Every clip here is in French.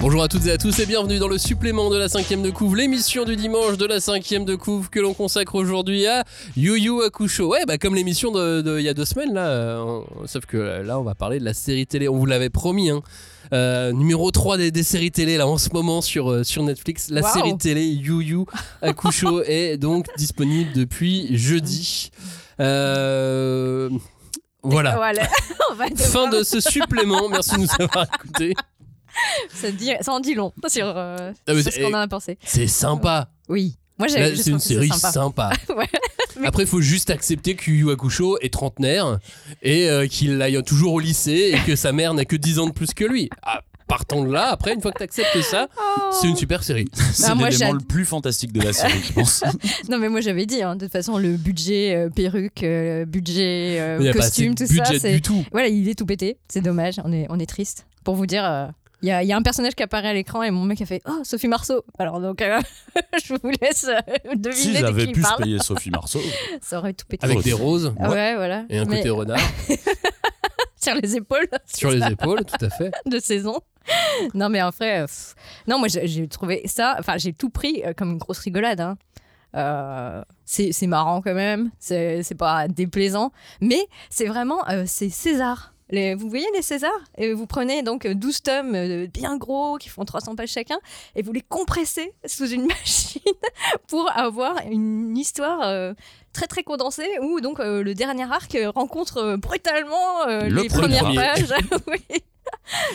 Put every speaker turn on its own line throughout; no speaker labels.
Bonjour à toutes et à tous et bienvenue dans le supplément de la cinquième de couve, l'émission du dimanche de la cinquième de couve que l'on consacre aujourd'hui à Yu Yu Hakusho. Ouais, bah comme l'émission de, de- il y a deux semaines là, euh, on- sauf que euh, là on va parler de la série télé, on vous l'avait promis, hein. Euh, numéro 3 des, des séries télé là en ce moment sur, euh, sur Netflix, la
Waouh.
série télé Yu Yu Hakusho est donc disponible depuis jeudi. Euh, voilà.
Voilà, on va devoir-
Ah. Fin de ce supplément, merci de nous avoir écoutés.
ça, dit- ça en dit long sur, euh,
Ah, mais
sur ce
c'est-
qu'on en a pensé.
C'est sympa.
Oui. Moi,
Là,
j'ai
c'est une série sympa.
Ouais, mais-
Après, il faut juste accepter que Yu Yu Hakusho est trentenaire et euh, qu'il aille toujours au lycée et que sa mère n'a que 10 ans de plus que lui. Ah, partant de là, après, une fois que t'acceptes ça,
Oh.
c'est une super série.
C'est
Bah, moi,
l'élément
j'ad-
le plus fantastique de la série, je pense.
Non, mais moi, j'avais dit, hein, de toute façon, le budget euh, perruque, euh, budget euh,
Il n'y a pas assez
costume,
de
tout
budget
ça, c'est.
du tout.
Voilà, il est tout pété. C'est dommage, on est, on est triste. Pour vous dire, euh, il y, a, il y a un personnage qui apparaît à l'écran et mon mec a fait Oh, Sophie Marceau Alors, donc, euh, je vous laisse euh,
si
deviner de qui
j'avais
il
pu se
parle.
payer Sophie Marceau,
Ça aurait tout pété.
Avec
Ouais.
des roses
Ah ouais, voilà.
et un
Mais
côté renard
sur les épaules.
sur les épaules, tout à fait.
de saison. non, mais en vrai, euh, pff. non, moi j'ai- j'ai trouvé ça, enfin j'ai tout pris euh, comme une grosse rigolade. hein. Euh, c'est c'est marrant quand même, c'est c'est pas déplaisant, mais c'est vraiment, euh, c'est César. Les- vous voyez les Césars et Vous prenez donc euh, 12 tomes euh, bien gros qui font 300 pages chacun et vous les compressez sous une machine pour avoir une histoire euh, très très condensée où donc euh, le dernier arc euh, rencontre euh, brutalement euh,
Le
les
premier.
premières pages. Oui.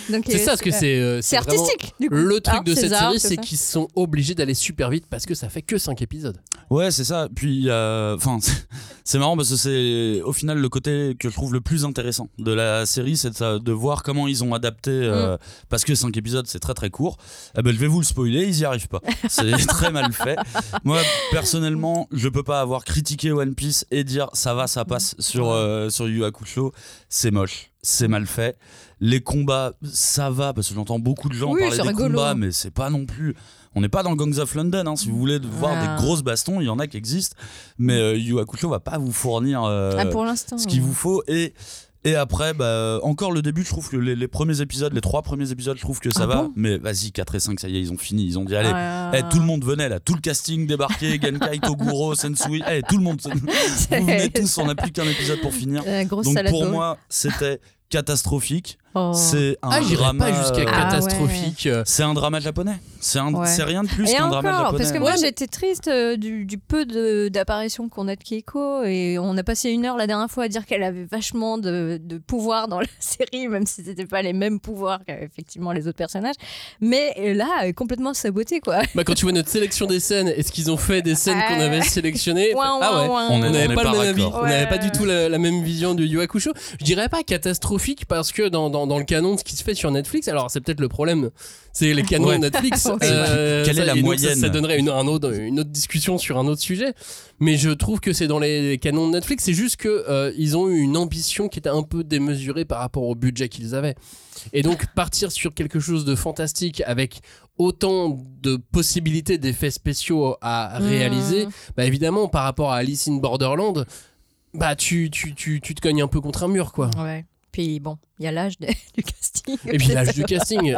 Donc,
C'est
euh,
ça, ce que c'est. euh,
c'est
vraiment
artistique. du coup.
Le truc
Hein,
de cette
César,
série,
tout
c'est
ça.
qu'ils sont obligés d'aller super vite parce que ça fait que 5 épisodes.
Ouais, c'est ça. Puis, euh, enfin, c'est- c'est marrant parce que c'est au final le côté que je trouve le plus intéressant de la série, c'est de, sa- de voir comment ils ont adapté. euh,
Mm.
Parce que 5 épisodes, c'est très très court. Eh ben, je vais vous le spoiler, ils y arrivent pas. C'est très mal fait. Moi, personnellement, je peux pas avoir critiqué One Piece et dire ça va, ça passe
Mm.
sur, euh, sur Yu Yu Hakusho. C'est moche, c'est mal fait. Les combats, ça va, parce que j'entends beaucoup de gens
Oui,
parler
c'est
des
rigolo.
combats, mais c'est pas non plus. On n'est pas dans Gangs of London. hein. Si vous voulez voir
Ah.
des grosses bastons, il y en a qui existent. Mais euh, Yu Yu Hakusho va pas vous fournir euh,
Ah, pour l'instant.
ce qu'il
ouais.
vous faut. Et, et après, bah, encore le début, je trouve que les, les premiers épisodes, les trois premiers épisodes, je trouve que ça
Ah
va.
bon
mais vas-y, 4 et 5, ça y est, ils ont fini. Ils ont dit, allez,
Ah.
eh, tout le monde venait là, tout le casting débarqué, Genkai, Toguro, Sensui, eh, tout le monde. Vous venez tous, on n'a plus qu'un épisode pour finir.
La grosse
Donc
salade
pour
d'eau.
moi, c'était catastrophique.
Oh.
C'est un
Ah, j'irais
drama.
pas jusqu'à
euh,
Ah,
catastrophique. euh,
C'est un drama japonais. C'est un-
Ouais.
c'est rien de plus
Et
qu'un
encore,
drama japonais.
parce que moi j'étais triste euh, du, du peu de- d'apparitions qu'on a de Keiko et on a passé une heure la dernière fois à dire qu'elle avait vachement de, de pouvoir dans la série, même si c'était pas les mêmes pouvoirs qu'effectivement les autres personnages. Mais euh, là, elle est complètement sabotée quoi.
Bah, quand tu vois notre sélection des scènes et ce qu'ils ont fait des scènes qu'on
Ah.
avait sélectionnées,
Ouin,
ah
ouin,
ouais.
ouin.
On
On
est-
n'avait pas, le
pas
même avis,
raccord.
on n'avait
Ouais,
pas du
ouais,
tout la, la même vision de Yu Hakusho. Je dirais pas catastrophique parce que dans, dans, dans le canon de ce qui se fait sur Netflix, alors c'est peut-être le problème, c'est les canons
Ouais.
de Netflix. Euh,
Ouais.
Quelle
ça-
est la
et donc ça-
moyenne
ça, donnerait une, un autre, une autre discussion sur un autre sujet. Mais je trouve que c'est dans les, les canons de Netflix, c'est juste que euh, ils ont eu une ambition qui était un peu démesurée par rapport au budget qu'ils avaient. Et donc partir sur quelque chose de fantastique avec autant de possibilités d'effets spéciaux à réaliser,
Mmh.
bah évidemment par rapport à Alice in Borderland bah tu, tu, tu, tu te cognes un peu contre un mur quoi
Ouais. Puis bon, il y a l'âge de- du casting.
et puis l'âge du casting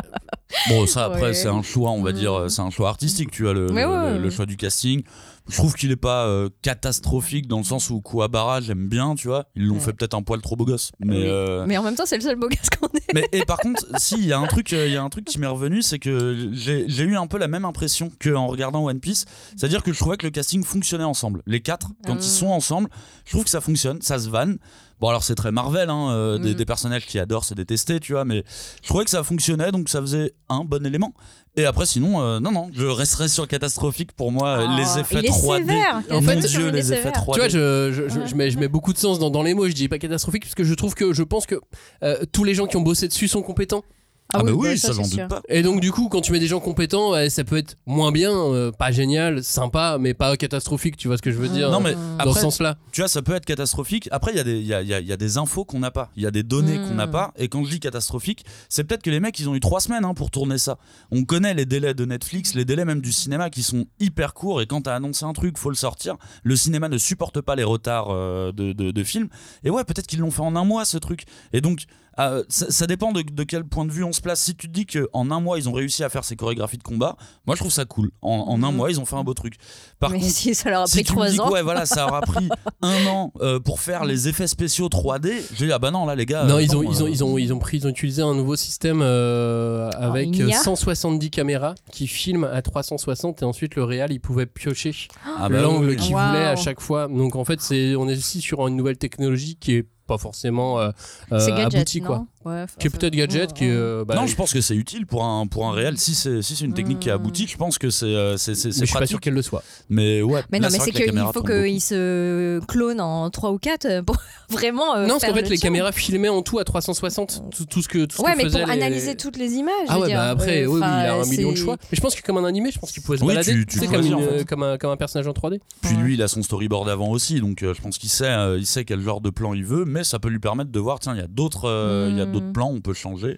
Bon, ça après,
Ouais.
c'est un choix, on va
Mm.
dire, euh, c'est un choix artistique, tu vois, le,
Mais
le-
ouais.
le- le choix du casting. Je trouve qu'il est pas euh, catastrophique dans le sens où Kuwabara, j'aime bien, tu vois. Ils l'ont
Ouais.
fait peut-être un poil trop beau gosse. Mais,
Oui.
euh,
Mais en même temps, c'est le seul beau gosse qu'on ait.
mais et par contre, si, il y, a un truc, euh, il y a un truc qui m'est revenu, c'est que j'ai j'ai eu un peu la même impression qu'en regardant One Piece. C'est-à-dire que je trouvais que le casting fonctionnait ensemble. Les quatre, quand
Ah.
ils sont ensemble, je trouve que ça fonctionne, ça se vanne. Bon, alors c'est très Marvel, hein, euh, des,
Mm.
des personnages qui adorent se détester, tu vois, mais je trouvais que ça fonctionnait, donc ça faisait un bon élément. Et après, sinon, euh, non, non, je resterai sur catastrophique pour moi, euh,
Ah,
Oh,
les effets
il est
3D.
sévère.
En
Mon
fait,
Dieu,
il est
les effets
sévère.
3D.
tu vois je, je, je-
Ouais.
je mets, je mets beaucoup de sens dans, dans les mots je dis pas catastrophique parce que je trouve que je pense que euh, tous les gens qui ont bossé dessus sont compétents
ah, bah oui,
bah,
ça,
c'est
j'en
sûr.
doute pas.
et donc du coup quand tu mets des gens compétents ouais, ça peut être moins bien euh, pas génial sympa mais pas catastrophique tu vois ce que je veux dire
Non, mais
Dans
dans
après,
ce sens là
tu vois, ça peut être catastrophique. Après, il y, a des- il y a, il y a- il y a des infos qu'on n'a pas, il y a des données
Mm.
qu'on n'a pas. Et quand je dis catastrophique, c'est peut-être que les mecs, ils ont eu trois semaines hein, pour tourner ça. On connaît les délais de Netflix, les délais même du cinéma qui sont hyper courts. Et quand t'as annoncé un truc, faut le sortir. Le cinéma ne supporte pas les retards euh, de, de- de films. Et ouais, peut-être qu'ils l'ont fait en un mois, ce truc. Et donc. euh, ça, ça dépend de, de quel point de vue on se place. Si tu te dis qu'en un mois, ils ont réussi à faire ces chorégraphies de combat, moi je trouve ça cool. En, en un
Mhm.
mois, ils ont fait un beau truc. Par
mais
contre,
si ça leur a
si
pris
tu me
Ah, trois
dis que,
ans.
ouais, voilà, ça aura pris un an euh, pour faire les effets spéciaux 3D, je dis, ah bah non, là les gars.
Non,
euh,
ils ont,
attends,
ils, ont,
euh,
ils, ont, ils ont pris, ils ont utilisé un nouveau système euh, avec
Ah, une
euh,
IA?
170 caméras qui filment à 360 et ensuite le réal il pouvait piocher
ah bah
l'angle
oui.
qu'il
Wow.
voulait à chaque fois. Donc en fait, c'est on est aussi sur une nouvelle technologie qui est pas forcément euh, euh,
C'est gadget,
aboutie, quoi.
non Ouais,
Qui est
enfin,
peut-être gadget,
ouais,
qui est,
ouais.
euh, bah,
non, je pense que c'est utile pour un, pour un réel. Si c'est si c'est une technique qui est
Mm.
aboutie, je pense que c'est euh, c'est- c'est-
mais
c'est
je suis pas sûr
pratique.
qu'elle le soit.
Mais ouais,
Mais
là,
non, mais c'est
vrai que la
qu'il
caméra
faut
tourne beaucoup.
qu'ils se clonent en 3 ou 4 pour vraiment. euh,
non, parce
faire
qu'en fait,
le
les
tien.
caméras filmaient en tout à 360. Tout, tout ce que tout ce
Ouais,
que
mais
faisaient
pour
les-
analyser toutes les images. je
Ah
veux
ouais,
dire,
bah après,
euh,
oui, oui, il a
enfin,
un million de
c'est-
choix. Mais je pense que comme un animé, je pense qu'il pouvait se
Oui,
balader,
tu- tu
sais, comme,
choisis,
une-
en fait.
euh, comme un, comme un personnage en 3D.
Puis lui, il a son storyboard avant aussi, donc euh, je pense qu'il sait, euh, il sait quel genre de plan il veut, mais ça peut lui permettre de voir, tiens, il y a d'autres, euh, il y a
Mm.
d'autres plans, on peut changer.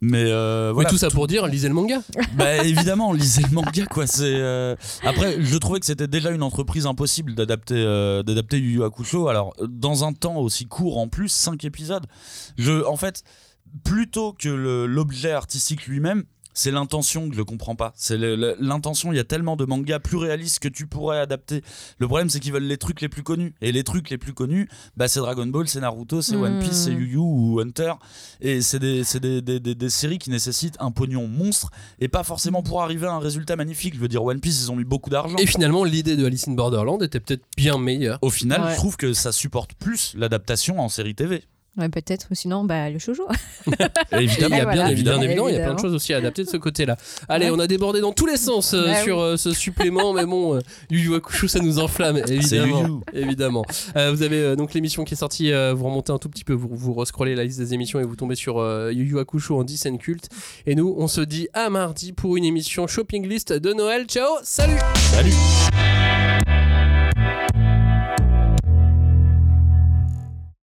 Mais euh,
Mais
voilà,
tout ça pour dire, lisez le manga.
bah, évidemment, lisez le manga, quoi. C'est euh, après, je trouvais que c'était déjà une entreprise impossible d'adapter, euh, d'adapter Yu Yu Hakusho. Alors, euh, dans un temps aussi court, en plus, 5 épisodes. Je, en fait, plutôt que le- l'objet artistique lui-même. C'est l'intention que je comprends pas. C'est le- le- l'intention. Il y a tellement de mangas plus réalistes que tu pourrais adapter. Le problème, c'est qu'ils veulent les trucs les plus connus. Et les trucs les plus connus, bah, c'est Dragon Ball, c'est Naruto, c'est One Piece,
Mm.
c'est Yu Yu ou Hunter. Et c'est des, c'est des- des- des- des séries qui nécessitent un pognon monstre et pas forcément pour arriver à un résultat magnifique. Je veux dire, One Piece, ils ont mis beaucoup d'argent.
Et finalement, l'idée de Alice in Borderland était peut-être bien meilleure.
Au final,
Ouais.
je trouve que ça supporte plus l'adaptation en série TV.
Ouais, peut-être, ou sinon, bah, le shoujo.
Et
Il y
évidemment,
a
Et
bien évidemment,
voilà. Évidemment.
il y a plein de choses aussi à adapter de ce côté-là. Allez,
Ouais.
on a débordé dans tous les sens euh,
Bah oui.
sur euh, ce supplément, mais bon, euh, Yu Yu Hakusho, ça nous enflamme, évidemment.
Yu Yu.
évidemment. Euh, vous avez euh, donc l'émission qui est sortie, euh, vous remontez un tout petit peu, vous, vous rescrollez la liste des émissions et vous tombez sur euh, Yu Yu Hakusho en 10 scènes cultes. Et nous, on se dit à mardi pour une émission shopping list de Noël. Ciao, salut
salut.